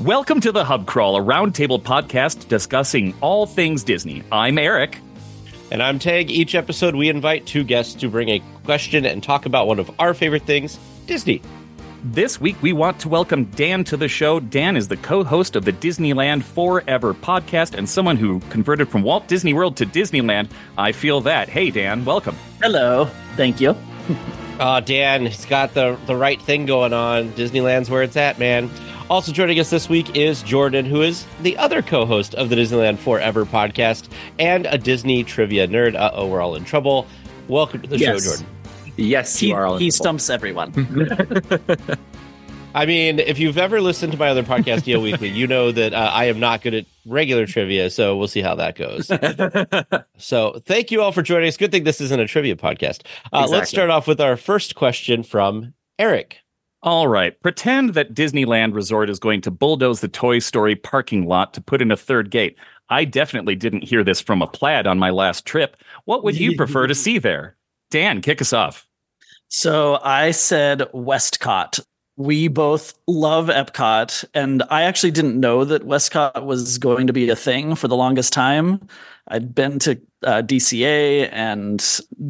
Welcome to the Hub Crawl, a roundtable podcast discussing all things Disney. I'm Eric. And I'm Tag. Each episode, we invite two guests to bring a question and talk about one of our favorite things Disney. This week, we want to welcome Dan to the show. Dan is the co host of the Disneyland Forever podcast and someone who converted from Walt Disney World to Disneyland. I feel that. Hey, Dan, welcome. Hello. Thank you. Uh, Dan, he's got the, the right thing going on. Disneyland's where it's at, man. Also joining us this week is Jordan, who is the other co host of the Disneyland Forever podcast and a Disney trivia nerd. Uh oh, we're all in trouble. Welcome to the Yes. show, Jordan. Yes, He, you are. all in he trouble. stumps everyone. I mean, if you've ever listened to my other podcast, Deal Weekly, you know that uh, I am not good at regular trivia, so we'll see how that goes. so, thank you all for joining us. Good thing this isn't a trivia podcast. Uh, Let's Exactly. start off with our first question from Eric. All right, pretend that Disneyland Resort is going to bulldoze the Toy Story parking lot to put in a third gate. I definitely didn't hear this from a plaid on my last trip. What would you prefer to see there? Dan, kick us off. So I said Westcott. We both love Epcot, and I actually didn't know that Westcott was going to be a thing for the longest time. I'd been to uh, DCA and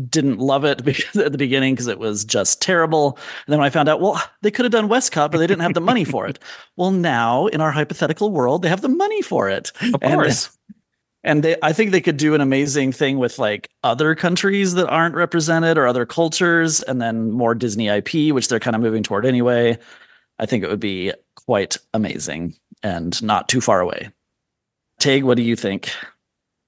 didn't love it because, at the beginning because it was just terrible. And then when I found out, well, they could have done Westcott, but they didn't have the money for it. Well, now in our hypothetical world, they have the money for it. Of And- course. And they, I think they could do an amazing thing with like other countries that aren't represented or other cultures, and then more Disney IP, which they're kind of moving toward anyway. I think it would be quite amazing and not too far away. Tag, what do you think?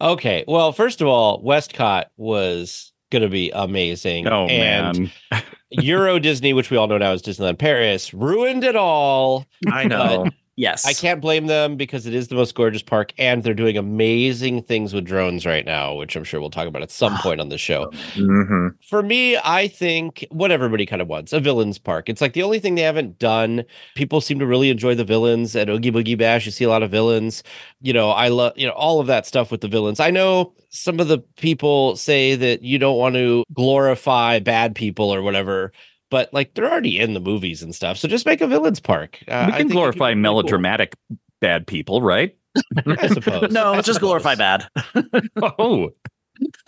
Okay. Well, first of all, Westcott was going to be amazing. oh, and man. Euro Disney, which we all know now is Disneyland Paris, ruined it all. I know. Yes, I can't blame them because it is the most gorgeous park, and they're doing amazing things with drones right now, which I'm sure we'll talk about at Ah. some point on the show. hmm For me, I think what everybody kind of wants a villains park. It's like the only thing they haven't done. People seem to really enjoy the villains at Oogie Boogie Bash. You see a lot of villains. You know, I love you know all of that stuff with the villains. I know some of the people say that you don't want to glorify bad people or whatever. But like they're already in the movies and stuff, so just make a villains park. Uh, we I can think it could glorify be pretty cool. melodramatic bad people, right? I suppose. no, I just suppose. glorify bad. Oh,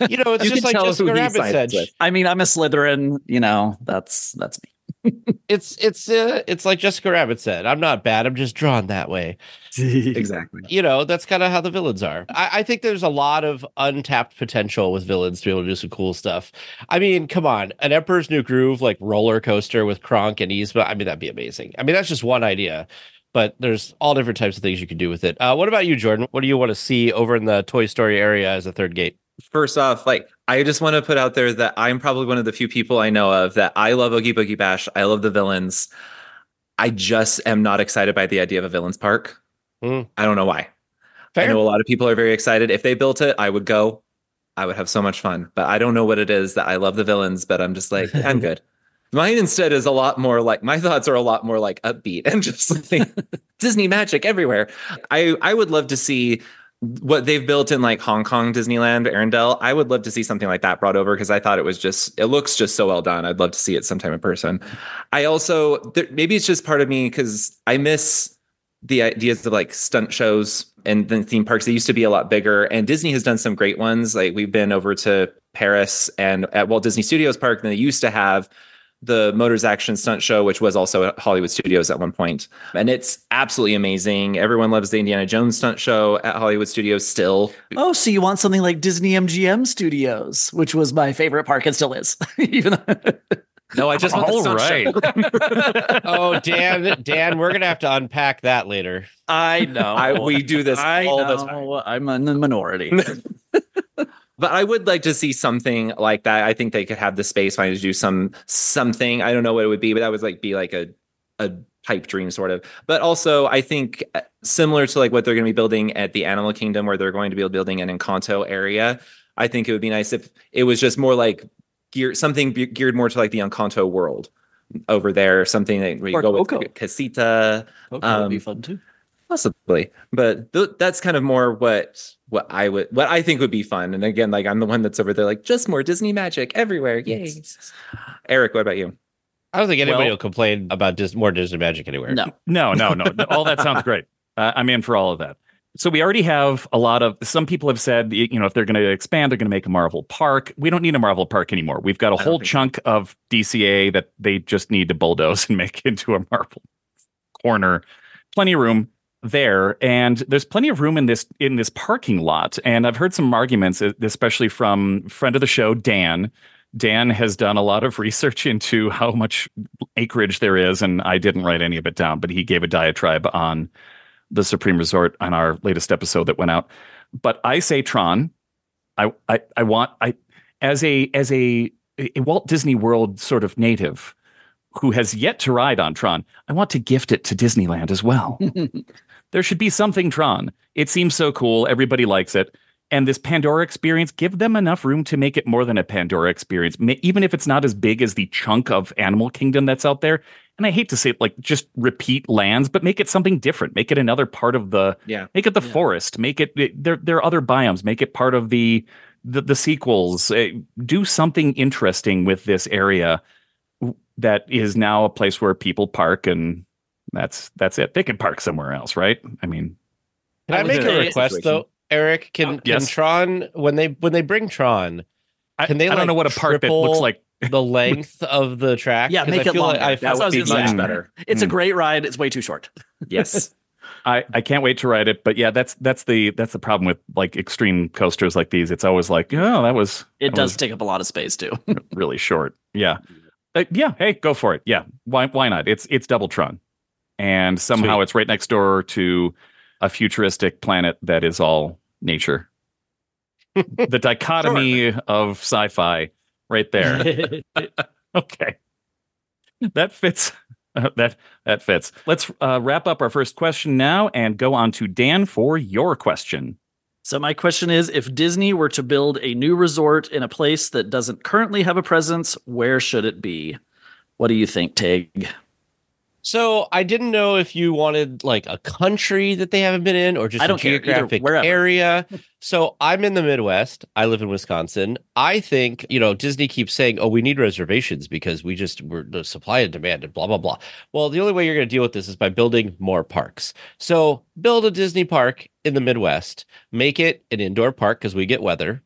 You know, it's You just can like tell Jessica who he Rabbit said. sides with. I mean, I'm a Slytherin. You know, that's that's me. It's it's uh, it's like Jessica Rabbit said. I'm not bad. I'm just drawn that way. Exactly. You know, that's kind of how the villains are. I, I think there's a lot of untapped potential with villains to be able to do some cool stuff. I mean, come on, an Emperor's New Groove like roller coaster with Kronk and Yzma. I mean, that'd be amazing. I mean, that's just one idea. But there's all different types of things you could do with it. Uh, what about you, Jordan? What do you want to see over in the Toy Story area as a third gate? First off, like I just want to put out there that I'm probably one of the few people I know of that I love Oogie Boogie Bash. I love the villains. I just am not excited by the idea of a villains park. Hmm. I don't know why. I know a lot of people are very excited. If they built it, I would go. I would have so much fun. But I don't know what it is that I love the villains, but I'm just like, I'm good. Mine instead is a lot more like my thoughts are a lot more like upbeat and just like Disney magic everywhere. I I would love to see what they've built in like Hong Kong Disneyland, Arendelle. I would love to see something like that brought over because I thought it was just it looks just so well done. I'd love to see it sometime in person. I also there, maybe it's just part of me because I miss the ideas of like stunt shows and then theme parks. They used to be a lot bigger, and Disney has done some great ones. Like we've been over to Paris and at Walt Disney Studios Park, and they used to have the Motors Action Stunt Show, which was also at Hollywood Studios at one point. And it's absolutely amazing. Everyone loves the Indiana Jones Stunt Show at Hollywood Studios still. Oh, so you want something like Disney MGM Studios, which was my favorite park and still is, even though- No, I just want the all stunt right. show. oh, Dan, Dan, we're gonna have to unpack that later. I know. I, we do this I all know. the time. I'm in the minority. But I would like to see something like that. I think they could have the space behind it to do some something. I don't know what it would be, but that would like be like a a pipe dream sort of. But also, I think uh, similar to like what they're going to be building at the Animal Kingdom, where they're going to be building an Encanto area. I think it would be nice if it was just more like geared something be- geared more to like the Encanto world over there. Something that we Or go with Coco. like, a Casita Coco would Um, be fun too. possibly but th- that's kind of more what what i would what i think would be fun and again like i'm the one that's over there like just more disney magic everywhere yay eric what about you I don't think anybody Well- will complain about Dis- more Disney Magic anywhere. No. no, no, no. All that sounds great. Uh, I'm in for all of that. So we already have a lot of. Some people have said, y- you know, if they're going to expand, they're going to make a Marvel Park. We don't need a Marvel Park anymore. We've got a don't whole think- chunk of DCA that they just need to bulldoze and make into a Marvel corner. Plenty of room there, and there's plenty of room in this in this parking lot. And I've heard some arguments, e, especially from friend of the show Dan. Dan has done a lot of research into how much acreage there is, and I didn't write any of it down, but he gave a diatribe on the Supreme Resort on our latest episode that went out. But I say Tron. I I, I want I as a as a, a Walt Disney World sort of native who has yet to ride on Tron, I want to gift it to Disneyland as well. there should be something Tron. It seems so cool. Everybody likes it. And this Pandora experience, give them enough room to make it more than a Pandora experience, Ma- even if it's not as big as the chunk of Animal Kingdom that's out there. And I hate to say it, like just repeat lands, but make it something different. Make it another part of the Yeah. Make it the Yeah. forest. Make it, it- there. There are other biomes. Make it part of the the, the sequels. Eh, Do something interesting with this area w- that is now a place where people park, and that's that's it. They can park somewhere else, right? I mean, Can I That was make a a request situation. though, Eric? Can, can yes. Tron when they when they bring Tron I, Can they, I don't like, know what a park that looks triple- like. the length of the track? Yeah, 'Cause make I it feel longer. Like I That's felt what I was be gonna say. much Mm. better. It's a Hmm. great ride. It's way too short. Yes. I, I can't wait to ride it. But yeah, that's that's the that's the problem with like extreme coasters like these. It's always like, oh, that was It That does was- take up a lot of space too. really short. Yeah. Uh, yeah, hey, go for it. Yeah. Why why not? It's it's Doubletron. And somehow Sweet. it's right next door to a futuristic planet that is all nature. the dichotomy of sci-fi right there. okay. That fits. uh, that that fits. Let's uh, wrap up our first question now and go on to Dan for your question. So my question is if Disney were to build a new resort in a place that doesn't currently have a presence, where should it be? What do you think, Tig? So I didn't know if you wanted like a country that they haven't been in or just I a don't care, either, geographic wherever. area. So I'm in the Midwest. I live in Wisconsin. I think, you know, Disney keeps saying, oh, we need reservations because we just were the supply and demand and blah, blah, blah. Well, the only way you're going to deal with this is by building more parks. So build a Disney park in the Midwest, make it an indoor park because we get weather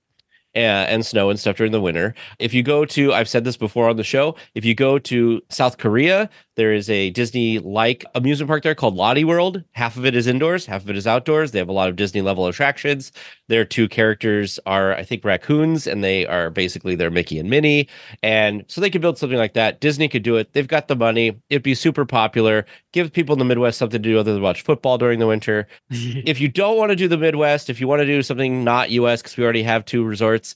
uh, and snow and stuff during the winter. If you go to, I've said this before on the show, if you go to South Korea, there is a Disney like amusement park there called Lottie World. Half of it is indoors, half of it is outdoors. They have a lot of Disney level attractions. Their two characters are, I think, raccoons, and they are basically their Mickey and Minnie. And so they could build something like that. Disney could do it. They've got the money. It'd be super popular. Give people in the Midwest something to do other than watch football during the winter if you don't want to do the Midwest, if you want to do something not US, because we already have two resorts,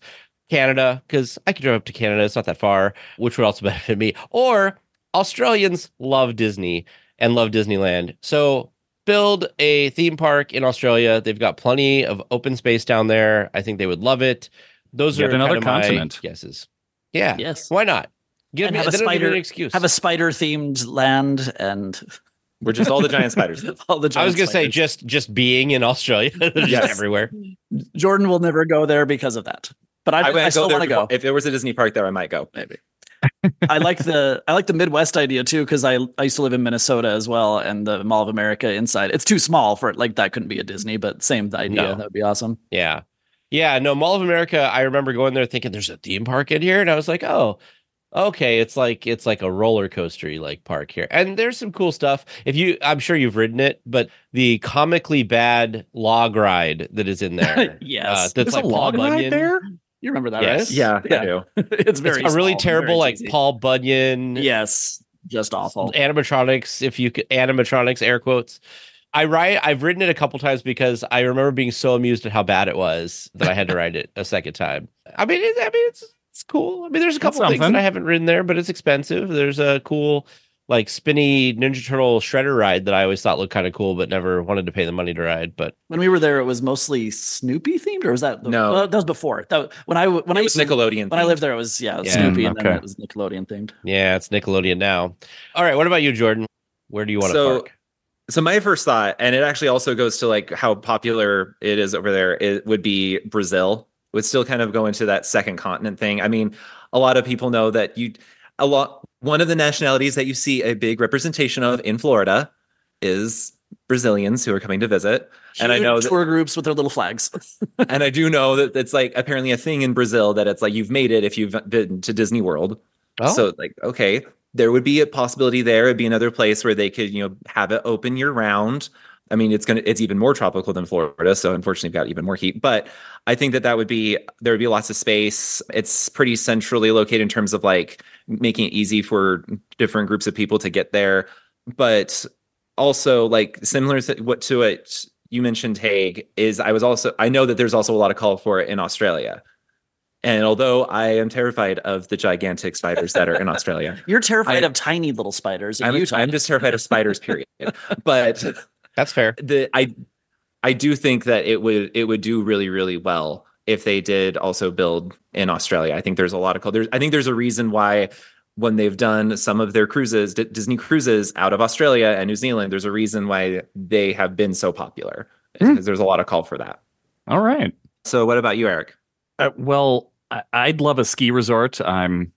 Canada, because I could drive up to Canada, it's not that far, which would also benefit me. Or Australians love Disney and love Disneyland. So build a theme park in Australia. They've got plenty of open space down there. I think they would love it. Those Yet are another kind of my continent. guesses. Yeah. Yes. Why not? Give And me, have a they don't give me spider- an excuse. Have a spider themed land and We're just all the giant spiders. all the I was giant gonna say spiders. just just being in Australia, just Yes. everywhere. Jordan will never go there because of that. But I, I, I, wouldn't still there want to before- go. If there was a Disney park there, I might go. maybe. I like the I like the Midwest idea too because I I used to live in Minnesota as well and the Mall of America inside. It's too small for it. Like that couldn't be a Disney, but same idea. No. That would be awesome. Yeah. Yeah. No, Mall of America, I remember going there thinking there's a theme park in here. And I was like, oh, okay. It's like it's like a roller coastery like park here. And there's some cool stuff. If you I'm sure you've ridden it, but the comically bad log ride that is in there. Yes. Uh, that's like Paul Bunyan. You remember that, Yes. right? Yeah, Yeah. I do. it's It's very a really small, terrible very like cheesy. Paul Bunyan Yes, just awful. animatronics if you could animatronics air quotes i ride i've ridden it a couple times because i remember being so amused at how bad it was that i had to ride it a second time i mean it, i mean it's it's cool i mean there's a couple things that something. i haven't ridden there but it's expensive there's a cool like spinny ninja turtle shredder ride that i always thought looked kind of cool but never wanted to pay the money to ride but When we were there, it was mostly Snoopy themed, or was that No. Well, that was before. That when I when I It was Nickelodeon. when I themed. lived there, it was yeah, it was Yeah. Snoopy, Mm, and okay. then it was Nickelodeon themed. yeah it's nickelodeon now all right what about you jordan where do you want to So- park So my first thought, and it actually also goes to like how popular it is over there, it would be Brazil. Would still kind of go into that second continent thing. I mean, a lot of people know that you a lot one of the nationalities that you see a big representation of in Florida is Brazilians who are coming to visit. and I Huge know that- tour groups with their little flags. and I do know that it's like apparently a thing in Brazil that it's like you've made it if you've been to Disney World. Oh, So like, okay, there would be a possibility there. It'd be another place where they could, you know, have it open year round. I mean, it's gonna it's even more tropical than Florida, so unfortunately, we've got even more heat. But I think that that would be there would be lots of space. It's pretty centrally located in terms of like making it easy for different groups of people to get there. But also, like similar to what to it you mentioned Hague is I was also I know that there's also a lot of call for it in Australia. And although I am terrified of the gigantic spiders that are in Australia, You're terrified I- of tiny little spiders in I'm, Utah. I'm just terrified of spiders, period. but that's fair. the I I do think that it would it would do really, really well if they did also build in Australia. I think there's a lot of there's I think there's a reason why when they've done some of their cruises, D- Disney cruises out of Australia and New Zealand, there's a reason why they have been so popular. Hmm. Because there's a lot of call for that. All right. So what about you, Eric? Uh, well, I- I'd love a ski resort. I'm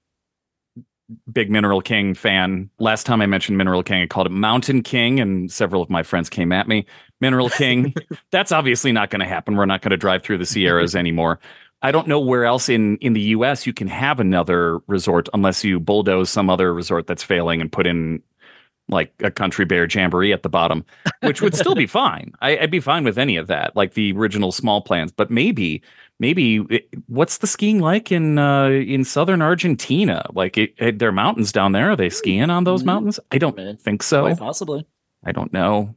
big Mineral King fan. Last time I mentioned Mineral King, I called it Mountain King, and several of my friends came at me. Mineral King, that's obviously not going to happen. We're not going to drive through the Sierras anymore. I don't know where else in, in the US you can have another resort unless you bulldoze some other resort that's failing and put in like a country bear jamboree at the bottom, which would still be fine. I, I'd be fine with any of that, like the original small plans. But maybe, maybe what's the skiing like in uh, in southern Argentina? Like it, it, there are mountains down there. Are they skiing on those Mhm. mountains? I don't Right. think so. Quite possibly. I don't know.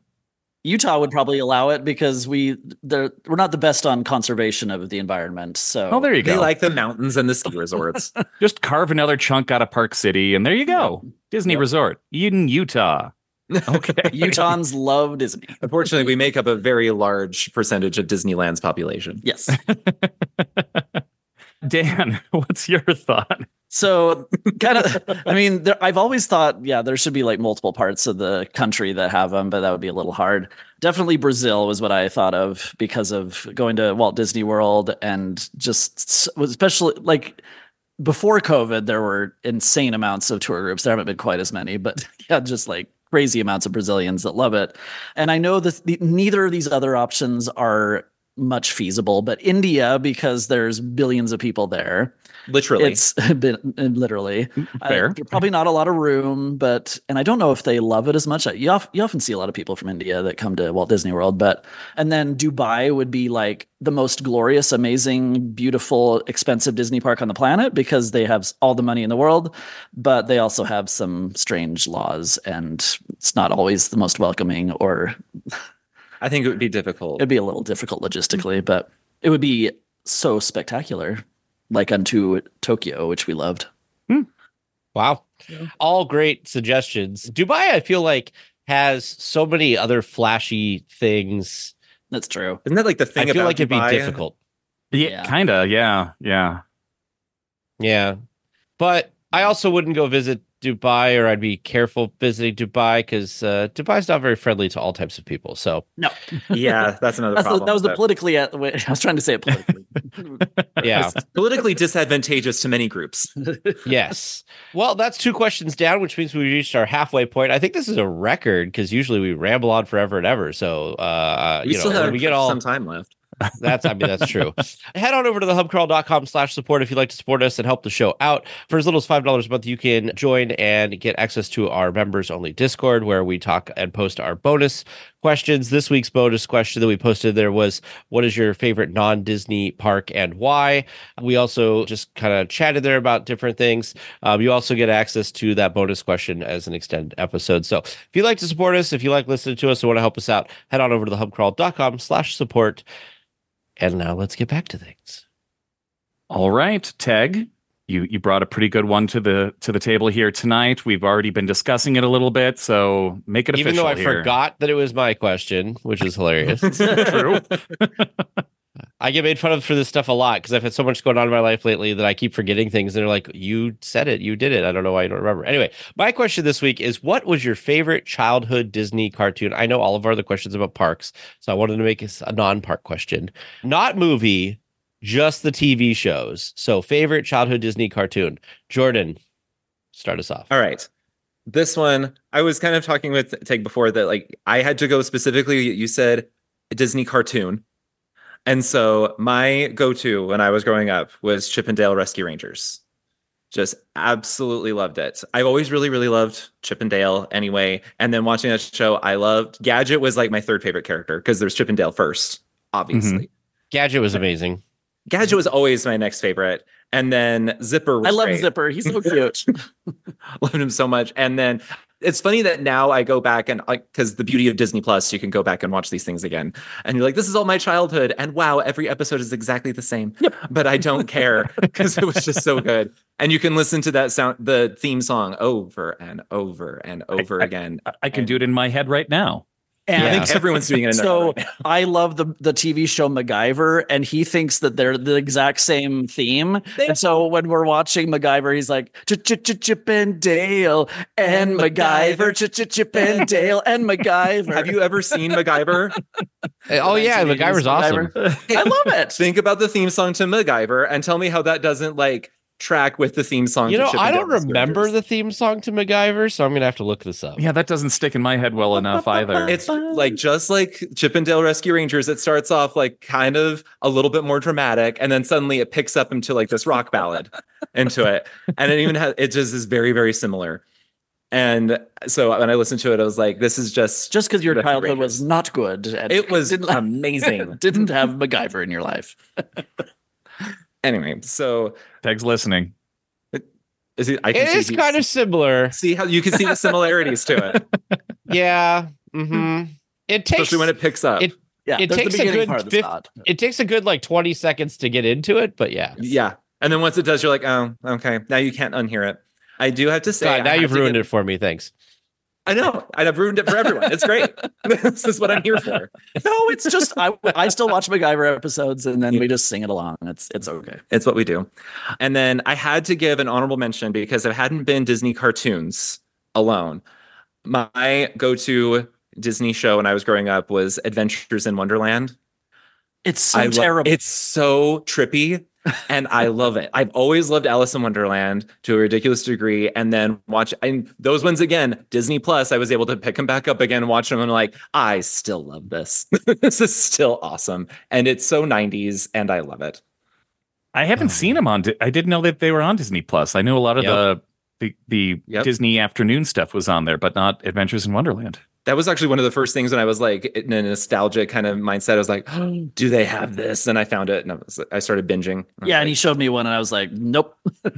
Utah would probably allow it because we they're, we're not the best on conservation of the environment. So Oh, there you They go. like the mountains and the ski resorts. Just carve another chunk out of Park City, and there you go. Disney Yep. Resort, Eden, Utah. Okay, Utahns love Disney. Unfortunately, we make up a very large percentage of Disneyland's population. Yes. Dan, what's your thought? So kind of, I mean, there, I've always thought, yeah, there should be like multiple parts of the country that have them, but that would be a little hard. Definitely Brazil was what I thought of because of going to Walt Disney World and just s- was especially like before COVID, there were insane amounts of tour groups. There haven't been quite as many, but yeah, just like crazy amounts of Brazilians that love it. And I know that the, neither of these other options are much feasible, but India, because there's billions of people there. Literally. It's been uh, literally I- Fair. there's probably not a lot of room, but and I don't know if they love it as much. You, of, you often see a lot of people from India that come to Walt Disney World, but and then Dubai would be like the most glorious, amazing, beautiful, expensive Disney park on the planet because they have s- all the money in the world, but they also have some strange laws, and it's not always the most welcoming, or I think it would be difficult. it'd be a little difficult logistically, but it would be so spectacular, like unto Tokyo, which we loved. Wow. All great suggestions. Dubai, I feel like, has so many other flashy things. That's true. Isn't that like the thing I feel about like it'd Dubai? be difficult. Yeah, Yeah. kinda. Yeah, yeah. Yeah. But I also wouldn't go visit Dubai or I'd be careful visiting Dubai because uh, Dubai's not very friendly to all types of people. So, Yeah, that's another That's the, problem. that was the but politically. at- wait, I was trying to say it politically. yeah. politically disadvantageous to many groups. yes. Well, that's two questions down, which means we reached our halfway point. I think this is a record because usually we ramble on forever and ever. So, uh, We you still know, have we get all some time left. That's I mean that's true. Head on over to thehubcrawl.com slash support if you'd like to support us and help the show out. For as little as five dollars a month, you can join and get access to our members only Discord where we talk and post our bonus questions. This week's bonus question that we posted there was what is your favorite non-Disney park and why? We also just kind of chatted there about different things. Um, you also get access to that bonus question as an extended episode. So if you'd like to support us, if you like listening to us and want to help us out, head on over to thehubcrawl.com slash support. And now let's get back to things. All right, Teg, you you brought a pretty good one to the to the table here tonight. We've already been discussing it a little bit, so make it Even official though I here. forgot that it was my question, which is hilarious. True. I get made fun of for this stuff a lot because I've had so much going on in my life lately that I keep forgetting things. And they're like, you said it, you did it. I don't know why you don't remember. Anyway, my question this week is what was your favorite childhood Disney cartoon? I know all of our other questions about parks. So I wanted to make this a non park question, not movie, just the TV shows. So favorite childhood Disney cartoon. Jordan, start us off. All right. this one, I was kind of talking with Teg before that like I had to go specifically. You said a Disney cartoon, and so my go-to when I was growing up was Chip and Dale Rescue Rangers. Just absolutely loved it. I've always really, really loved Chip and Dale anyway. And then watching that show, I loved Gadget was like my third favorite character because there's Chip and Dale first, obviously. Mm-hmm. Gadget was amazing. Gadget was always my next favorite. And then Zipper was I love great. Zipper. He's so cute. loved him so much. And then it's funny that now I go back and like because the beauty of Disney Plus, you can go back and watch these things again. And you're like, this is all my childhood. And wow, every episode is exactly the same. But I don't care because it was just so good. And you can listen to that sound the theme song over and over and over I- again. I- I can do it in my head right now. And I think everyone's doing it in their so head right I love the the TV show MacGyver, and he thinks that they're the exact same theme. They- and so when we're watching MacGyver, he's like "Ch- ch- ch- Chip and Dale and And MacGyver. MacGyver, Ch- ch- Chip and Dale and now. MacGyver. Have you ever seen MacGyver? Hey, Oh yeah, 1980s MacGyver's awesome. I love it. Think about the theme song to MacGyver and tell me how that doesn't like track with the theme song. You to know, Chip I and don't Dale's remember Rangers. the theme song to MacGyver, so I'm gonna have to look this up. Yeah, that doesn't stick in my head well enough either. It's like just like Chip and Dale Rescue Rangers, it starts off like kind of a little bit more dramatic, and then suddenly it picks up into like this rock ballad into it. And it even has it just is very, very similar. And so when I listened to it, I was like, this is just Just because your Rescue childhood Rangers. was not good, and it was didn't, amazing. didn't have MacGyver in your life. anyway, so Peg's listening. is it, I can It see is he- kind of similar. see how you can see the similarities to it, Yeah. hmm It takes especially when it picks up. it- Yeah, It there's takes a the beginning good part that's 50 not. it takes a good like 20 seconds to get into it, but yeah. yeah. And then once it does, you're like, oh, okay. Now you can't unhear it. I do have to say God, now I you've have to ruined give- it for me. Thanks. I know. I'd have ruined it for everyone. It's great. this is what I'm here for. No, it's just I I still watch MacGyver episodes, and then we just sing it along. It's it's okay. It's what we do. And then I had to give an honorable mention because it hadn't been Disney cartoons alone. My go to Disney show when I was growing up was Adventures in Wonderland. It's so I lo- terrible. It's so trippy and I love it. I've always loved Alice in Wonderland to a ridiculous degree. And then watch and those ones again, Disney Plus, I was able to pick them back up again and watch them. And I'm like, I still love this. this is still awesome. And it's so 90s and I love it. I haven't Oh. seen them on. Di- I didn't know that they were on Disney Plus. I knew a lot of Yep. the the, the Yep. Disney afternoon stuff was on there, but not Adventures in Wonderland. That was actually one of the first things when I was like in a nostalgia kind of mindset. I was like, do they have this? And I found it and I, was, I started binging. I was yeah, and he like, showed me one, and I was like, nope,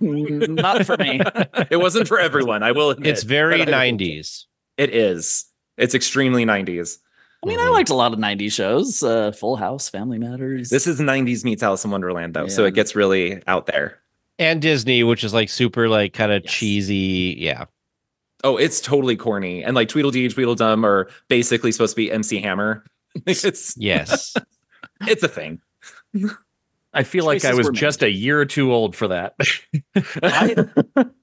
not for me. it wasn't for everyone. I will admit. It's very but I- 90s. It is. It's extremely 90s. I mean, I Mm-hmm. Mhm. liked a lot of '90s shows, uh, Full House, Family Matters. This is 90s meets Alice in Wonderland, though. So Yeah. it gets really out there. and Disney, which is like super like kind of Yes. cheesy. Yeah. Oh, it's totally corny. And like Tweedledee, Tweedledum are basically supposed to be MC Hammer. it's Yes. it's a thing. I feel like I Choices was were made. just a year or two old for that. I,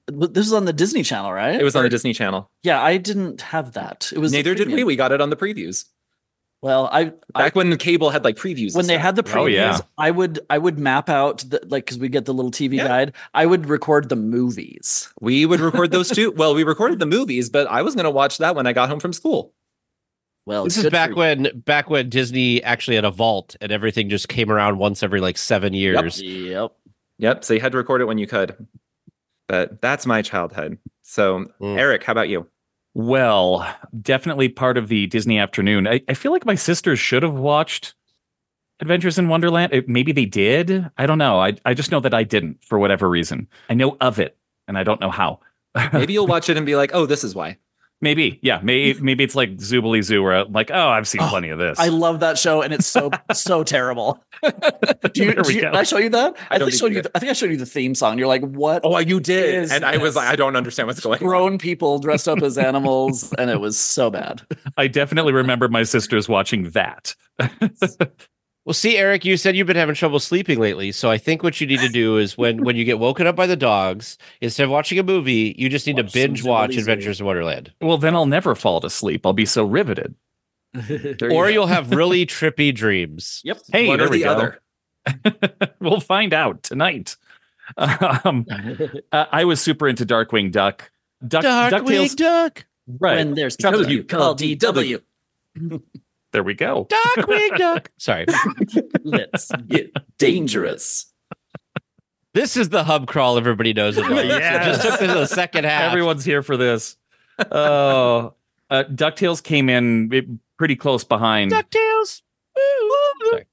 but this was on the Disney Channel, right? It was on the Disney Channel. Yeah, I didn't have that. It was the Neither did we. premium. We got it on the previews. Well, I, I Back when cable had like previews. and when they stuff. had the previews, Oh, yeah. I would I would map out the, like because we get the little TV Yeah. guide. I would record the movies. We would record those too. Well, we recorded the movies, but I was going to watch that when I got home from school. Well, this is good for back you. when back when Disney actually had a vault and everything just came around once every like seven years. Yep. Yep. So you had to record it when you could. But that's my childhood. So, Mm. Eric, how about you? Well, definitely part of the Disney afternoon. I, I feel like my sisters should have watched Adventures in Wonderland. It- maybe they did. I don't know. I, I just know that I didn't for whatever reason. I know of it and I don't know how. Maybe you'll watch it and be like, oh, this is why. Maybe. Yeah. Maybe, maybe it's like Zoobly Zoo where I'm like, oh, I've seen Oh, plenty of this. I love that show, and it's so so terrible. Do you, There do we you- go. did I show you that? I, I don't think think showed you you. did. The, I think I showed you the theme song. You're like, what? Oh, you did. Yes, and I was yes. like, I don't understand what's going on. Grown people dressed up as animals, and it was so bad. I definitely remember my sisters watching that. Well, see, Eric, you said you've been having trouble sleeping lately. So I think what you need to do is when when you get woken up by the dogs, instead of watching a movie, you just need Watch to some binge watch Zoology. Adventures in Wonderland. Well, then I'll never fall to sleep. I'll be so riveted. There you Or go. you'll have really trippy dreams. yep. Hey, One or there we the go. other. we'll find out tonight. Um, uh, I was super into Darkwing Duck. Duck, Dark wig DuckTales. duck. Right. When there's Because trouble, you you call call DW. DW. there we go. Dark wig duck. Sorry. Let's get dangerous. This is the hub crawl everybody knows about. Yes. It just took this a second half. Everyone's here for this. Oh, uh, DuckTales came in eh, pretty close behind. DuckTales. Woo. Sorry.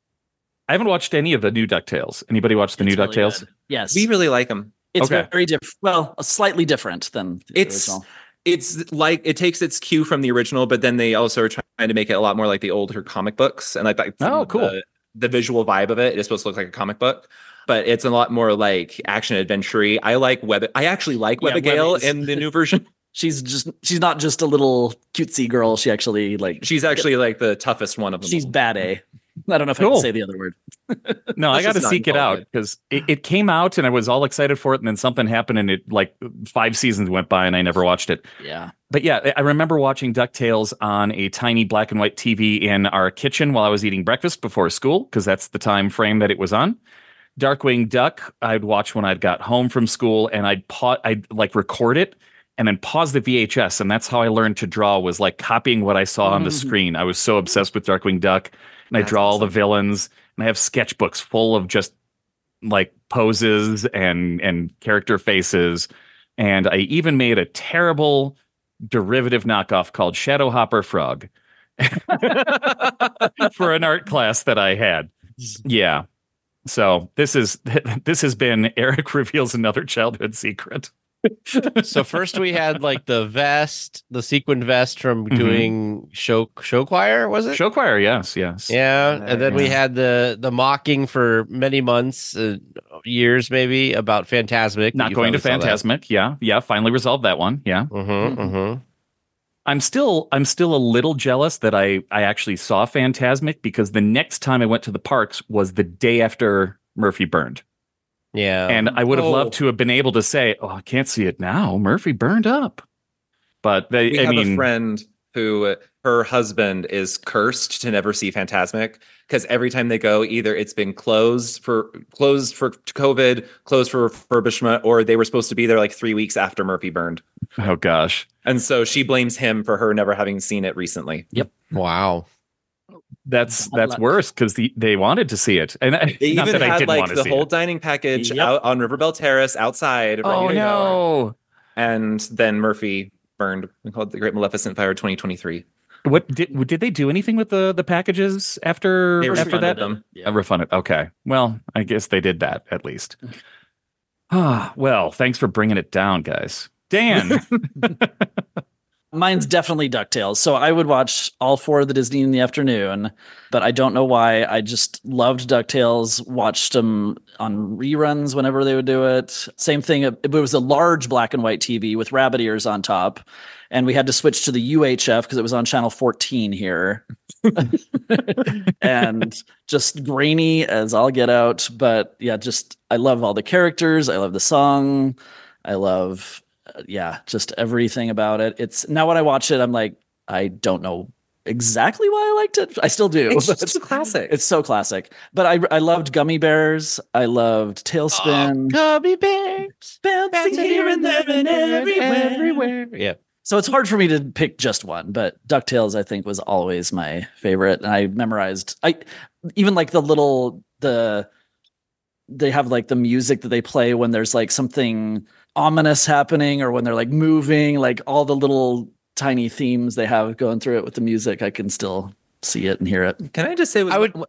I haven't watched any of the new DuckTales. Anybody watch the It's new really DuckTales? good. Yes. We really like them. it's okay. very different. Well, slightly different than the It's- original. It's like it takes its cue from the original, but then they also are trying to make it a lot more like the older comic books. And like, like some Oh, of cool. The, the visual vibe of it is supposed to look like a comic book, but it's a lot more like action adventure. I like Web. I actually like Yeah, Webigail Webbies. in the new version. She's just she's not just a little cutesy girl. She actually like She's actually like the toughest one of them. she's all. bad A. I don't know if I Cool. can say the other word. No, I Let's got to just not seek it involve out because it, it came out and I was all excited for it, and then something happened, and it like five seasons went by, and I never watched it. Yeah. But yeah, I- I remember watching DuckTales on a tiny black and white TV in our kitchen while I was eating breakfast before school, because that's the time frame that it was on. Darkwing Duck, I'd watch when I'd got home from school, and I'd pa- I'd like record it and then pause the VHS, and that's how I learned to draw was like copying what I saw on the Mhm. screen. I was so obsessed with Darkwing Duck, and I That's draw all the awesome. villains, and I have sketchbooks full of just like poses and and character faces, and I even made a terrible derivative knockoff called Shadow Hopper Frog for an art class that I had. Yeah. So this is this has been Eric reveals another childhood secret. so first we had like the vest, the sequined vest from Mhm. doing show show choir, was it? Show choir, yes, yes. Yeah, Uh, and then we yeah. had the the mocking for many months, uh, years maybe about Fantasmic. Not going to Fantasmic. Yeah, yeah. Finally resolved that one. Yeah. Mm-hmm, mm-hmm. I'm still I'm still a little jealous that I I actually saw Fantasmic because the next time I went to the parks was the day after Murphy burned. Yeah, and I would have Oh. loved to have been able to say, "Oh, I can't see it now. Murphy burned up." But they, we I have mean, a friend who uh, her husband is cursed to never see Fantasmic because every time they go, either it's been closed for closed for COVID, closed for refurbishment, or they were supposed to be there like three weeks after Murphy burned. oh gosh, And so she blames him for her never having seen it recently. wow, that's Bad that's luck. worse because the, they wanted to see it, and I, They not even that I had didn't like want to the see whole it. dining package Yep. out on Riverbell Terrace outside. ready Oh to go. no! And then Murphy burned. We called the Great Maleficent Fire 2023. What did did they do anything with the the packages after They after refunded that? them. Yeah. refunded. Okay. Well, I guess they did that at least. Ah, well, thanks for bringing it down, guys. Dan, Mine's definitely DuckTales. So I would watch all four of the Disney in the afternoon, but I don't know why. I just loved DuckTales, watched them on reruns whenever they would do it. Same thing, it it was a large black and white TV with rabbit ears on top. And we had to switch to the UHF because it was on channel 14 here. and just grainy as all get out. But yeah, just I love all the characters. I love the song. I love uh, yeah, just everything about it. It's now when I watch it, I'm like, I don't know exactly why I liked it. I still do. It's but just a classic. It's so classic. But I I loved Gummy Bears. I loved Tailspin. gummy bears bouncing here and there and everywhere. everywhere. Yeah, So it's hard for me to pick just one, but DuckTales I think was always my favorite. And I memorized I even like the little the they have like the music that they play when there's like something ominous happening or when they're like moving, like all the little tiny themes they have going through it with the music, I can still see it and hear it. Can I just say? I would. Oh,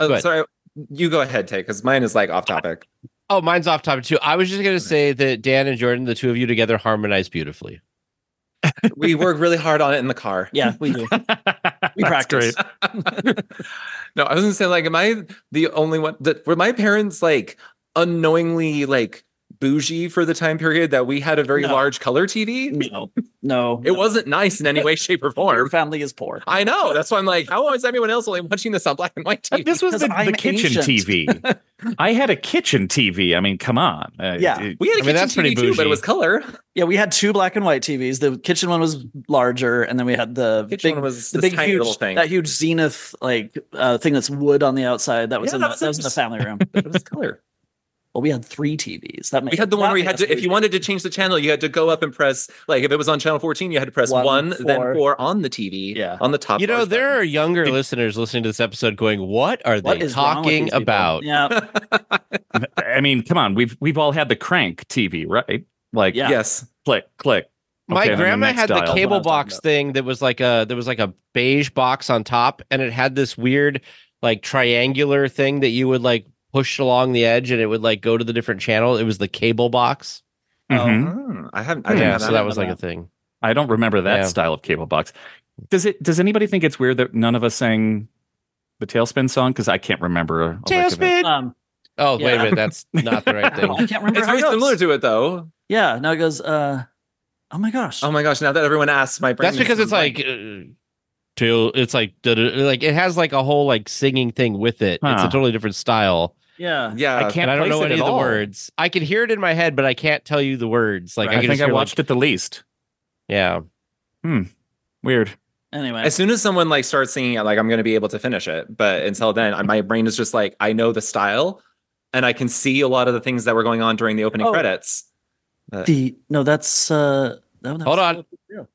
Go ahead. sorry. You go ahead, Tay, because mine is like off topic. Oh, mine's off topic too. I was just gonna say that Dan and Jordan, the two of you together, harmonize beautifully. we work really hard on it in the car. Yeah, we do. That's We practice. great. no, I was gonna say, like, am I the only one that were my parents like unknowingly like bougie for the time period that we had a very No. large color TV? No. No. It wasn't nice in any way, shape, or Your form. family is poor. I know. That's why I'm like, how is everyone else only watching this on black and white TV? This was the, Because the I'm kitchen ancient. TV. I had a kitchen TV. I mean, come on. Uh, Yeah. it- we I mean, had a kitchen that's pretty TV too, but bougie. it was color. Yeah, we had two black and white TVs. The kitchen one was larger, and then we had the Kitchen big one was the this big tiny huge little thing. that huge zenith like uh, thing that's wood on the outside that was Yeah, in the, that was that was in the interesting. family room. But it was color. Well, we had three TVs. That made, We had the one that where you made had us to, if three. you wanted to change the channel, you had to go up and press, like, if it was on channel 14, you had to press One, one, then four. four on the TV, Yeah. on the top. You know, large there are younger listeners listening to this episode going, "What are What they is wrong with these talking people? about?" Yeah, button. I mean, come on, we've we've all had the crank TV, right? Like Yeah. Yes. click, click. My Okay, and then the grandma next had the dial. cable That's what I'm talking box about. thing that was like a there was like a beige box on top, and it had this weird like triangular thing that you would like push along the edge, and it would like go to the different channel. It was the cable box. Mhm. Oh, I haven't. I Hmm? didn't Yeah, have so that was like a thing. I don't remember that Yeah. style of cable box. Does it? Does anybody think it's weird that none of us sang the Tailspin song? Because I can't remember. a lick of it. Tailspin. um, Oh wait a Yeah. minute, that's not the right I, don't- thing. I can't remember. It's how very it goes. similar to it, though. Yeah. Now it goes. Uh, oh my gosh. Oh my gosh! Now that everyone asks, my brain. That's is because it's blank. like uh, tail. It's like da- da- like it has like a whole like singing thing with it. It's a Huh. totally different style. yeah. yeah. I can't. and I don't place know it any at of the all. words. I can hear it in my head, but I can't tell you the words. Like I, I, can think just I hear, like- watched it the least. yeah, Weird. Anyway. As soon as someone like starts singing it, like I'm gonna be able to finish it. But until then, I- my brain is just like I know the style, and I can see a lot of the things that were going on during the opening Oh. credits. the no, that's uh. That one, that Hold was- on.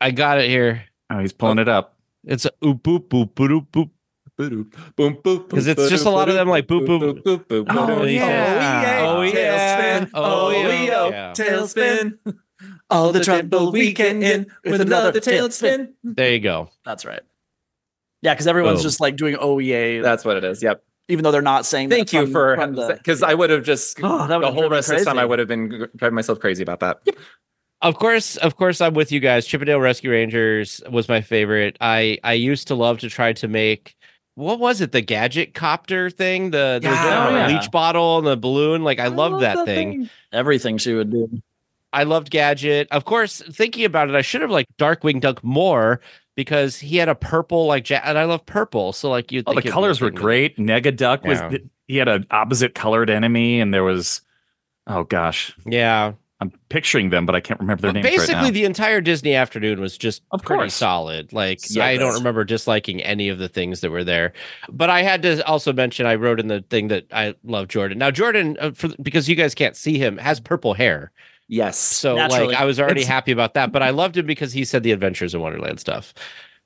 I got it here. Oh, he's pulling it up. It's a oop boop boop boop boop. Boom, boom, boom. 'Cause it's just a lot of them, like, boop, boop. boop, boop, Oh, boop, boop. yeah. Oh, Oh, yeah. Tailspin. Oh, Oh, yeah. yeah. Yeah. Tailspin. All the trouble we can in with another tailspin. There you go. That's right. Yeah, because everyone's Boom. just like doing OEA, That's what it is. Yep. even though they're not saying. that Thank you from- for from the- because I would have just Oh, that the would've whole driven me rest of the time I crazy. would have been g- driving myself crazy about that. Of course, of course, I'm with you guys. Chippendale Rescue Rangers was my favorite. I I used to love to try to make what was it the gadget copter thing the, the, Yeah. the Oh, yeah. leech bottle and the balloon like i, loved that, thing. everything she would do. I loved Gadget. Of course, thinking about it, I should have liked Darkwing Duck more because he had a purple like ja- and I love purple. So like you Oh, the colors were great. Negaduck was Yeah. th- he had an opposite colored enemy, and there was oh gosh, Yeah. I'm picturing them, but I can't remember their But names basically right now. the entire Disney afternoon was just Of pretty course. solid. Like Yes. I don't remember disliking any of the things that were there. But I had to also mention I wrote in the thing that I love Jordan. Now Jordan uh, for, because you guys can't see him has purple hair. Yes. So Naturally. like I was already It's- happy about that, but I loved him because he said the Adventures in Wonderland stuff.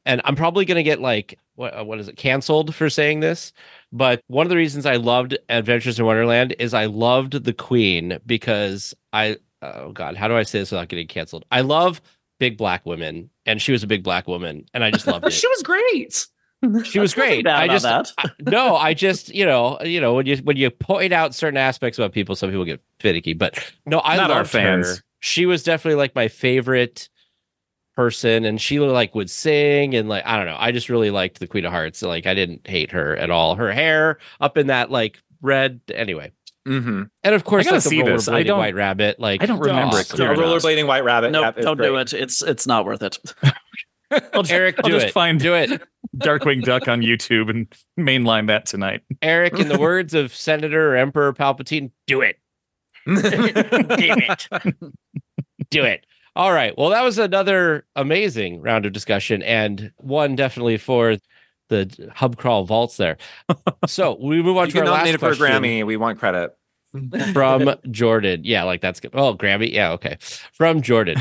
And I'm probably going to get like what what is it canceled for saying this, but one of the reasons I loved Adventures in Wonderland is I loved the Queen because I oh god, how do I say this without getting canceled? I love big black women and she was a big black woman and I just loved it. was great. She was Nothing great. bad I about just that. I- no, I just you know you know when you when you point out certain aspects about people, some people get finicky. But no, I Not our loved fans. her. She was definitely like my favorite person, and she like would sing and like I don't know. I just really liked the Queen of Hearts. Like I didn't hate her at all. Her hair up in that like red. Anyway, Mm-hmm. and of course gotta like the see this. I rollerblading don't- White Rabbit. Like I don't remember it duh. clear enough. rollerblading white rabbit. No, app is don't great. do it. It's it's not worth it. I'll just, Eric, I'll do just it. find Do it, Darkwing Duck on YouTube and mainline that tonight. Eric. In the words of Senator or Emperor Palpatine, do it. Damn it. Do it. All right. Well, that was another amazing round of discussion and one definitely for the hub crawl vaults there. So we move on you to can our last nominate it for a question Grammy. We want credit. from Jordan. Yeah, like that's good. Oh, Grammy. Yeah, okay. From Jordan.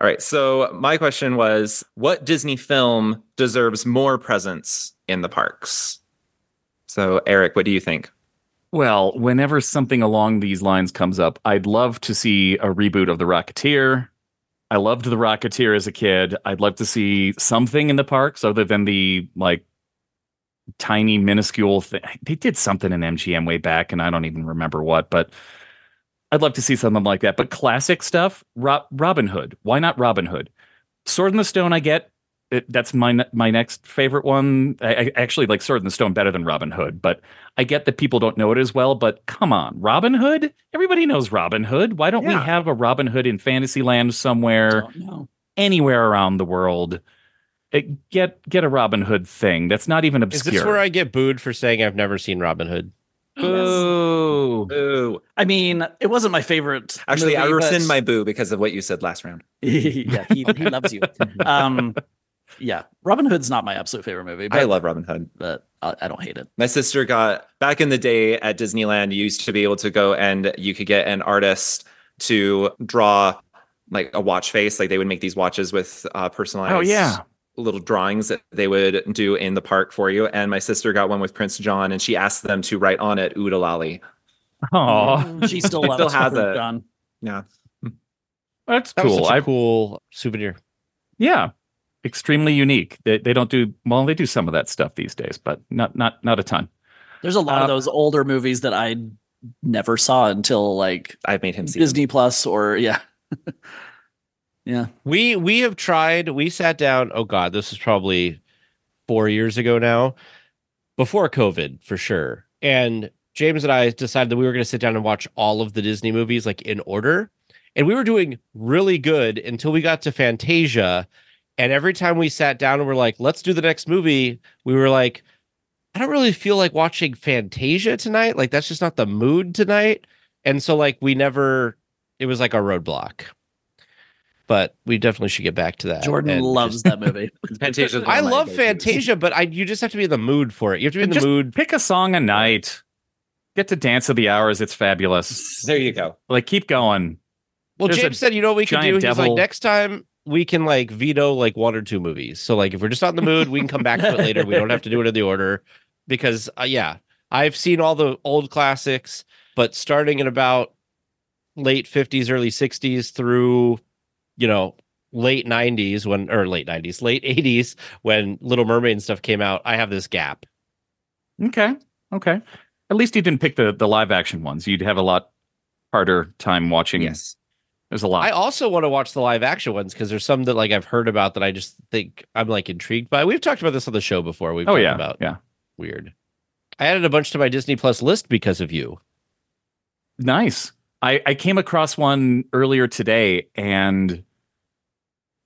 All right. So my question was, what Disney film deserves more presence in the parks? So Eric, what do you think? Well, whenever something along these lines comes up, I'd love to see a reboot of The Rocketeer. I loved The Rocketeer as a kid. I'd love to see something in the parks other than the like tiny minuscule thing. They did something in MGM way back and I don't even remember what, but I'd love to see something like that. But classic stuff, Rob- Robin Hood. Why not Robin Hood? Sword in the Stone I get. It, that's my ne- my next favorite one. I, I actually like Sword in the Stone better than Robin Hood, but I get that people don't know it as well, but come on, Robin Hood? Everybody knows Robin Hood. Why don't Yeah. we have a Robin Hood in Fantasyland somewhere, Don't know. anywhere around the world? It- get get a Robin Hood thing. That's not even Is obscure. this where I get booed for saying I've never seen Robin Hood? Boo. Boo. I mean, it wasn't my favorite. Actually, I movie, but- rescind my boo because of what you said last round. yeah, he, he loves you. Um, yeah, Robin Hood's not my absolute favorite movie, but, I love Robin Hood. but I, I don't hate it. My sister got back in the day at Disneyland, you used to be able to go and you could get an artist to draw like a watch face. Like they would make these watches with uh, personalized Oh yeah. little drawings that they would do in the park for you. And my sister got one with Prince John and she asked them to write on it Oodalali. Oh, she still Still loves has Prince it. John. that's That was cool. such a I cool souvenir. yeah, extremely unique. They they don't do well. They do some of that stuff these days, but not not not a ton. There's a lot Uh, of those older movies that I never saw until like I've made him see them. Disney Plus or yeah. We we have tried. We sat down. Oh God, this is probably four years ago now, before COVID for sure. And James and I decided that we were going to sit down and watch all of the Disney movies like in order, and we were doing really good until we got to Fantasia. And every time we sat down and we're like, "Let's do the next movie," we were like, "I don't really feel like watching Fantasia tonight. Like that's just not the mood tonight." And so like we never. It was like a roadblock. But we definitely should get back to that. Jordan and just- loves that movie. Fantasia's one I of my love go-tos. Fantasia, but I you just have to be in the mood for it. You have to be in the Just- mood. Pick a song a night. Get to dance of the hours. It's fabulous. There you go. Like keep going. Well, there's a James said, you know what we can do? giant He's like, devil. next time we can like veto like one or two movies. So like if we're just not in the mood, we can come back to it later. We don't have to do it in the order because uh, yeah, I've seen all the old classics, but starting in about late 50s, early 60s through you know, late 90s when or late 90s, late 80s when Little Mermaid and stuff came out, I have this gap. Okay. Okay. At least you didn't pick the the live action ones. You'd have a lot harder time watching. Yes. There's a lot. I also want to watch the live action ones because there's some that like I've heard about that I just think I'm like intrigued by. We've talked about this on the show before. We've oh talked yeah. about Yeah. weird. I added a bunch to my Disney Plus list because of you. Nice. I, I came across one earlier today and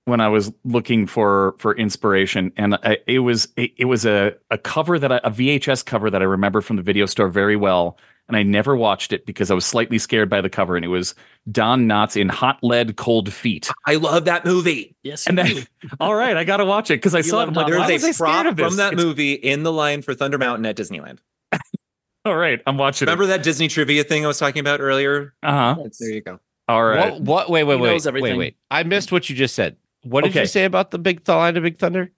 when I was looking for for inspiration and I, it was it, it was a, a cover that I, a VHS cover that I remember from the video store very well and I never watched it because I was slightly scared by the cover and it was Don Knotts in Hot Lead Cold Feet. I love that movie. Yes, And you then do. all right, I got to watch it cuz I You saw it love I'm like, Don why There's was I a scared prop of this? from that It's- movie in the line for Thunder Mountain at Disneyland. All right, I'm watching Remember that Disney trivia thing I was talking about earlier? it. Uh-huh. There you go. All right. What? What? Wait, wait, He wait, knows wait, everything. wait. I missed what you just said. What did you Okay. say about the Big Th- Line of Big Thunder?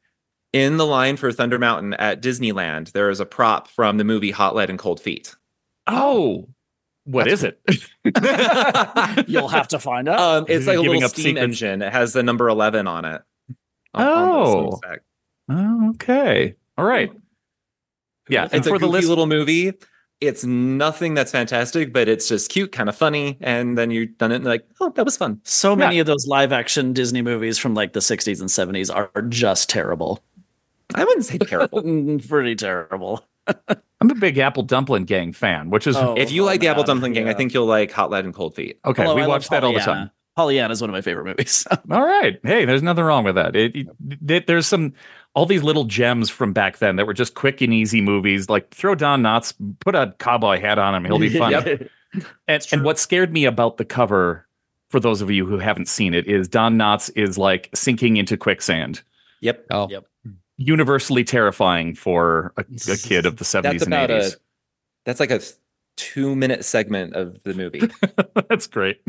In the line for Thunder Mountain at Disneyland, there is a prop from the movie Hot Lead and Cold Feet. oh. What is it? um, You'll have to find out. it's like a Giving little up steam secrets. engine. It has the number 11 on it. On- on the Oh. smokestack. Oh, okay. All right. Yeah, and It's a for the goofy list, little movie. It's nothing that's fantastic, but it's just cute, kind of funny. And then you've done it and like, oh, that was fun. so many of those live action Disney movies from like the 60s and 70s are are just terrible. I wouldn't say terrible. Mm, Pretty terrible. I'm a big Apple Dumpling Gang fan, which is Oh, if you like the Apple man, Dumpling Gang, I yeah. think you'll like Hot Lead and Cold Feet. okay. Although we I love watch that all the time. Pollyanna. Pollyanna is one of my favorite movies. All right. Hey, there's nothing wrong with that. It, it- th- there's some all these little gems from back then that were just quick and easy movies. Like throw Don Knotts, put a cowboy hat on him, he'll be fun. Yep. and, and what scared me about the cover, for those of you who haven't seen it, is Don Knotts is like sinking into quicksand. Yep. Oh, Yep. Universally terrifying for a, a kid of the 70s That's and about 80s. a that's like a two minute segment of the movie. That's great.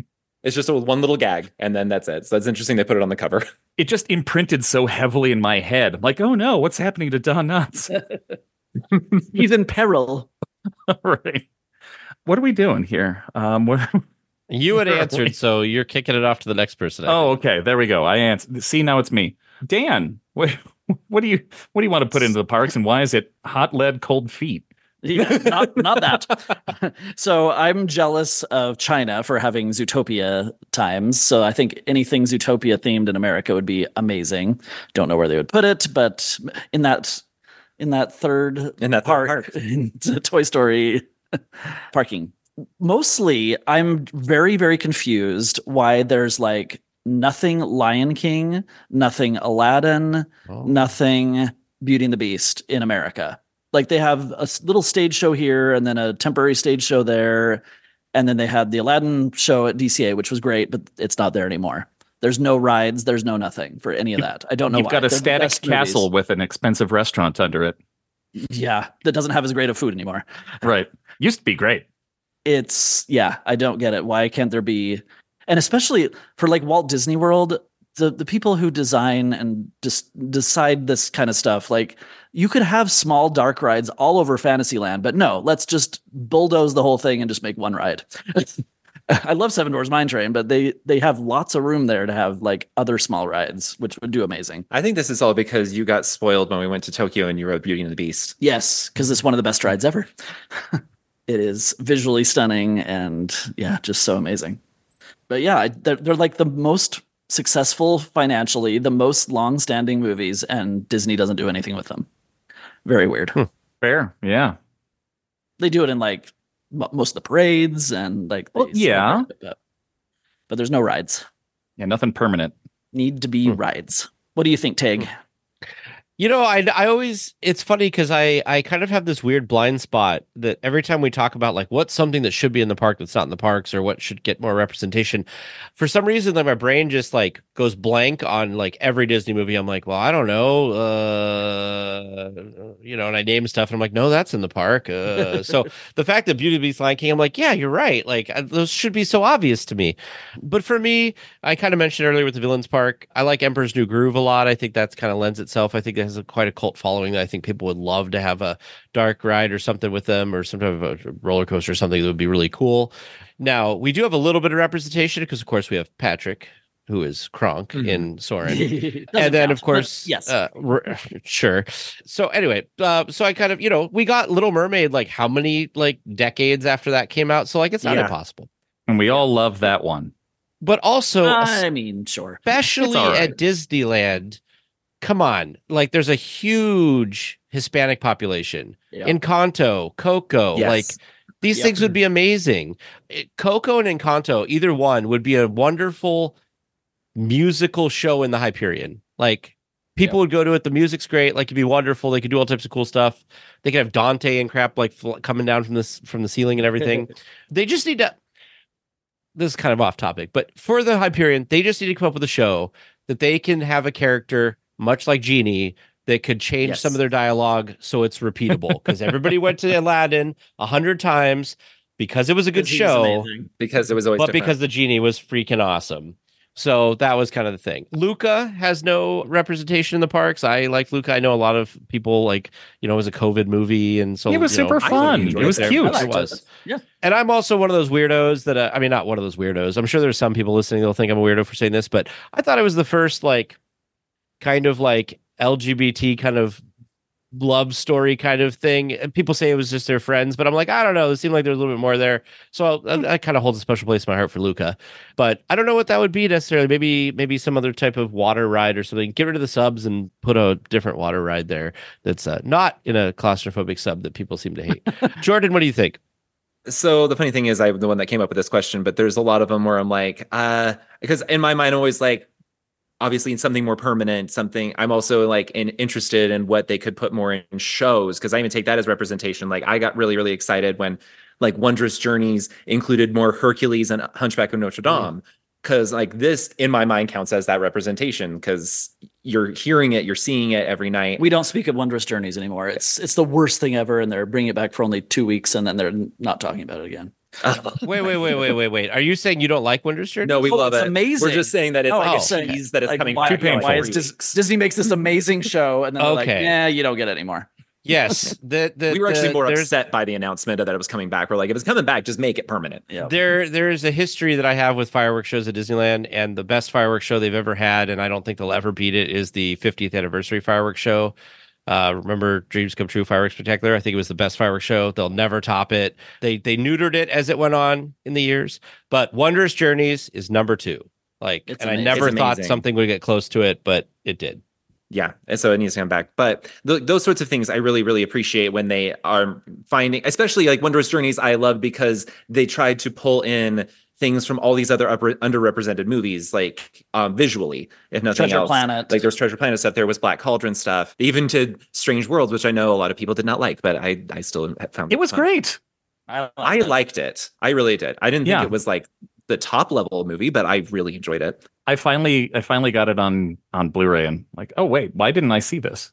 it's just a one little gag, and then that's it. So that's interesting they put it on the cover. It just imprinted so heavily in my head. I'm like, oh no, what's happening to Don Knotts? He's in peril. All right. What are we doing here? Um, what, you had Really? answered, so you're kicking it off to the next person. I oh, okay. There we go. I answered. See, now it's me. Dan, what, what do you what do you want to put into the parks, and why is it hot lead, cold feet? Yeah, not not that. so I'm jealous of China for having Zootopia times. So I think anything Zootopia themed in America would be amazing. Don't know where they would put it, but in that in that third And that park, in the Toy Story parking. Mostly, I'm very very confused why there's like nothing Lion King, nothing Aladdin, think. Oh. nothing Beauty and the Beast in America. Like they have a s- little stage show here and then a temporary stage show there. And then they had the Aladdin show at DCA, which was great, but it's not there anymore. There's no rides. There's no nothing for any of that. I don't know. You've why. got a They're the static best movies. castle with an expensive restaurant under it. Yeah, that doesn't have as great of food anymore. Right. Used to be great. it's yeah i don't get it why can't there be and especially for like walt disney world the, the people who design and just decide this kind of stuff like you could have small dark rides all over fantasyland but no let's just bulldoze the whole thing and just make one ride i love seven doors mine train but they they have lots of room there to have like other small rides which would do amazing I think this is all because you got spoiled when we went to Tokyo and you rode Beauty and the Beast. yes because it's one of the best rides ever it is visually stunning and yeah, just so amazing. But yeah, I- they're, they're like the most successful financially, the most long standing movies, and Disney doesn't do anything with them. Very weird. Hmm. Fair. Yeah. They do it in like mo- most of the parades and like, they Well, yeah. celebrate it, But, but there's no rides. Yeah. Nothing permanent. Need to be Hmm. rides. What do you think, Tig? You know, I I always it's funny because I I kind of have this weird blind spot that every time we talk about like what's something that should be in the park that's not in the parks or what should get more representation, for some reason like my brain just like goes blank on like every Disney movie. I'm like, well, I don't know, uh, you know, and I name stuff and I'm like, no, that's in the park. Uh. so the fact that Beauty and the Beast, Lion King, I'm like, yeah, you're right. Like I- those should be so obvious to me, but for me, I kind of mentioned earlier with the Villains Park. I like Emperor's New Groove a lot. I think that's kind of lends itself. I think it has a, quite a cult following. that I think people would love to have a dark ride or something with them, or some type of a roller coaster or something that would be really cool. Now we do have a little bit of representation because, of course, we have Patrick, who is Kronk Mhm. in Soren Doesn't and then count, of course but yes. uh, r- sure so anyway uh, so i kind of you know we got little mermaid like how many like decades after that came out so like it's not Yeah. impossible And we all love that one. but also I mean, sure. especially all right. at disneyland come on like there's a huge hispanic population Yeah. encanto coco Yes. like these Yeah. things would be amazing It- coco and encanto either one would be a wonderful musical show in the Hyperion. Like people would go to it. The music's great. Like it'd be wonderful. They could do all types of cool stuff. They could have Dante and crap like fl- coming down from this from the ceiling and everything. they just need to. This is kind of off topic, but for the Hyperion, they just need to come up with a show that they can have a character much like Genie that could change Yes. some of their dialogue so it's repeatable because everybody went to Aladdin a hundred times because it was a good This is show amazing. Because it was always but different. because the genie was freaking awesome. So that was kind of the thing. Luca has no representation in the parks. I like Luca. I know a lot of people like, you know, it was a COVID movie. And so It was you know, super I fun. enjoyed It was there, cute. but It I liked was. Yeah. And I'm also one of those weirdos that, uh, I mean, not one of those weirdos. I'm sure there's some people listening that'll think I'm a weirdo for saying this, but I thought it was the first like kind of like LGBT kind of love story kind of thing. And people say it was just their friends, but I'm like, I don't know. It seemed like there was a little bit more there. So I, I kind of holds a special place in my heart for Luca, but I don't know what that would be necessarily. Maybe maybe some other type of water ride or something. Get rid of the subs and put a different water ride there that's uh, not in a claustrophobic sub that people seem to hate. Jordan, what do you think? so the funny thing is I'm the one that came up with this question, but there's a lot of them where I'm like, uh, because in my mind, always like, obviously in something more permanent, something I'm also like in, interested in what they could put more in shows. Cause I even take that as representation. Like I got really, really excited when like Wondrous Journeys included more Hercules and Hunchback of Notre Mm-hmm. Dame. Cause like this in my mind counts as that representation. Cause you're hearing it, you're seeing it every night. We don't speak of Wondrous Journeys anymore. It's it's the worst thing ever, and they're bringing it back for only two weeks, and then they're not talking about it again. Wait, wait, wait, wait, wait, wait. Are you saying you don't like Wondrous Journey? no, we Oh, love it's it. amazing. We're just saying that it's Oh, I like guess a saying tease that it's Like, coming why, back. painful. every why is week. Dis- Disney makes this amazing show, and then they're like, Okay. yeah, you don't get it anymore. Yes. The, the, we were actually the- more uh, there's- upset by the announcement that it was coming back. We're like, if it's coming back, just make it permanent. Yeah, There, there is a history that I have with fireworks shows at Disneyland, and the best fireworks show they've ever had, and I don't think they'll ever beat it, is the 50th anniversary fireworks show. Uh, remember Dreams Come True fireworks spectacular? I think it was the best fireworks show. They'll never top it. They they neutered it as it went on in the years, but Wondrous Journeys is number two. Like, It's and amazing. I never It's thought amazing. something would get close to it, but it did. Yeah. And so it needs to come back. But th- those sorts of things I really, really appreciate when they are finding, especially like Wondrous Journeys, I love because they tried to pull in things from all these other upper, underrepresented movies, like um, visually, if nothing Treasure else. Planet. Like there was Treasure Planet stuff, there was Black Cauldron stuff, even to Strange Worlds, which I know a lot of people did not like, but I, I still found It was fun. great. I, I liked it. I really did. I didn't think Yeah. it was like the top level movie, but I really enjoyed it. I finally I finally got it on on Blu-ray and like, oh wait, why didn't I see this?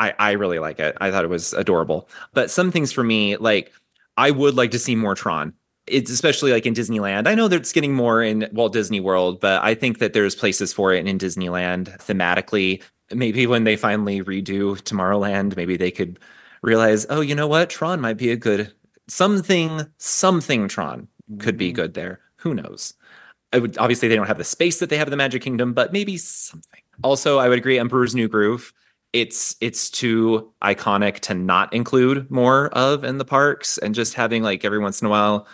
I, I really like it. I thought it was adorable. But some things for me, like I would like to see more Tron. It's especially like in Disneyland. I know that it's getting more in Walt Disney World, but I think that there's places for it in Disneyland thematically. Maybe when they finally redo Tomorrowland, maybe they could realize, oh, you know what? Tron might be a good something, something Tron could be good there. Who knows? I would obviously they don't have the space that they have in the Magic Kingdom, but maybe something. Also, I would agree Emperor's New Groove. It's it's too iconic to not include more of in the parks and just having like every once in a while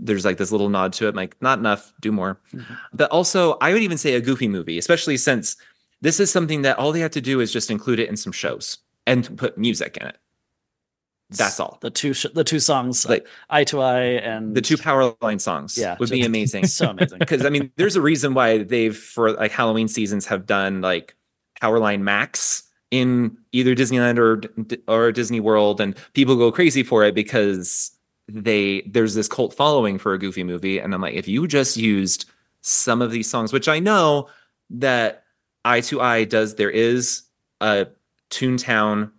there's like this little nod to it, like not enough, do more. Mhm. But also, I would even say a goofy movie, especially since this is something that all they have to do is just include it in some shows and put music in it. That's all. The two sh- the two songs, Like- like Eye to Eye and The two power line songs Yeah, would be just- amazing. so amazing. because I mean, there's a reason why they've for like Halloween seasons have done like Powerline Max in either Disneyland or or Disney World, and people go crazy for it because they there's this cult following for a Goofy movie, and I'm like, if you just used some of these songs, which I know that Eye to Eye does, there is a Toontown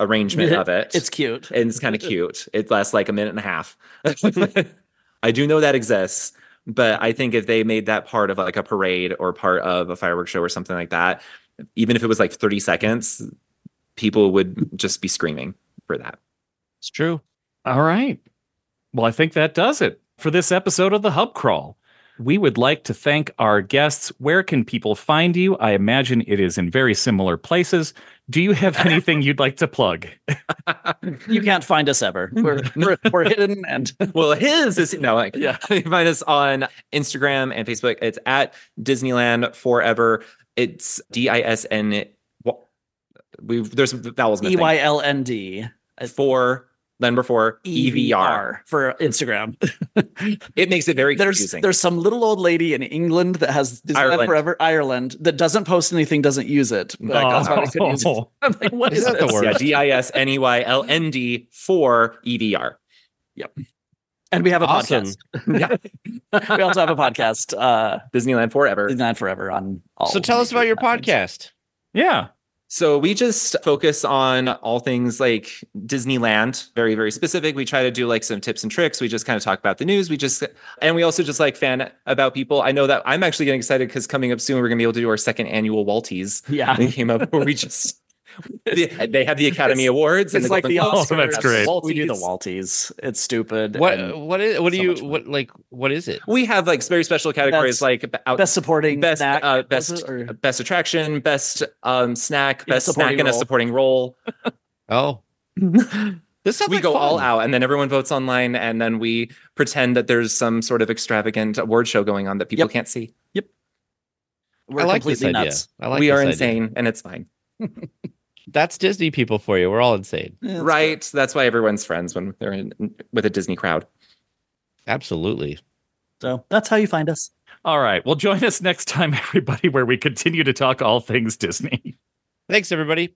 arrangement of it It's cute. and it's kind of cute. It lasts like a minute and a half. I do know that exists, but I think if they made that part of like a parade or part of a fireworks show or something like that, even if it was like 30 seconds, people would just be screaming for that. It's true. All right. Well, I think that does it for this episode of the Hub Crawl. We would like to thank our guests. Where can people find you? I imagine it is in very similar places. Do you have anything you'd like to plug? You can't find us ever. We're we're, we're hidden and well, his is no, like, Yeah. you can find us on Instagram and Facebook. It's at Disneyland Forever. It's D I S N. We there's some vowels E missing. Y L N D for number four E V R for Instagram. It makes it very There's confusing. there's some little old lady in England that has Disneyland Ireland. Forever Ireland that doesn't post anything, doesn't use it. But that's why we couldn't use it. Oh. I'm like, what is Is that the this? word? yeah, D I S N E Y L N D for E V R. And we have a Awesome. podcast. We also have a podcast, uh, Disneyland Forever. Disneyland Forever on all. So tell us about your podcast. Yeah. So we just focus on all things like Disneyland, very, very specific. We try to do like some tips and tricks. We just kind of talk about the news. We just, and we also just like fan about people. I know that I'm actually getting excited because coming up soon, we're going to be able to do our second annual Walties. Yeah. They came up where we just, they have the Academy Awards. and Mm. It's like the Golden Globes. Oscars. Oh, that's great. We do the Walties. It's stupid. What and what is what do so you much fun. what like what is it? We have like very special categories Best- like out, best supporting best snack, uh, was best it, or- best attraction, best um snack, Yeah, best snack supporting and a role. supporting role. Oh, we this sounds like go fun. all out and then everyone votes online and then we pretend that there's some sort of extravagant award show going on that people Yep. can't see. we're I like this completely idea. nuts. I like we this are idea. insane and it's fine. That's Disney people for you. We're all insane. Yeah, that's right? That's why everyone's friends when they're in, with a Disney crowd. Absolutely. So that's how you find us. All right. Well, join us next time, everybody, where we continue to talk all things Disney. Thanks everybody.